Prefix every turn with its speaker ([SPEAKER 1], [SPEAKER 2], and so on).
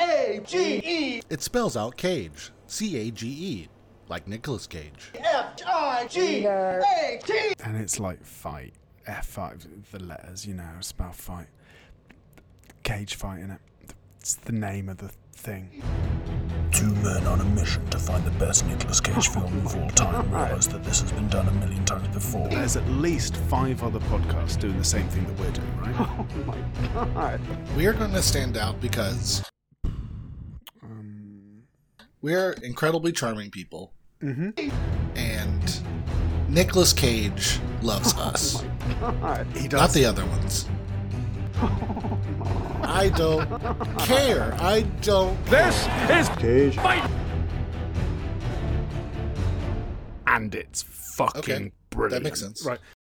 [SPEAKER 1] A G E
[SPEAKER 2] It spells out cage, C A G E, like Nicolas Cage.
[SPEAKER 1] F I G A T.
[SPEAKER 3] and it's like fight F5 the letters you know it's about fight cage fight in it it's the name of the thing
[SPEAKER 4] Two men on a mission to find the best Nicolas Cage film of all time realize that this has been done a million times before.
[SPEAKER 3] there's at least five other podcasts doing the same thing that we're doing right
[SPEAKER 2] We are going to stand out because we are incredibly charming people. Um, Mm-hmm. And Nicolas Cage loves us. Oh He does. Oh Not the other ones. I don't care. I don't.
[SPEAKER 3] and it's fucking
[SPEAKER 2] Okay, that
[SPEAKER 3] brilliant
[SPEAKER 2] makes sense.
[SPEAKER 3] right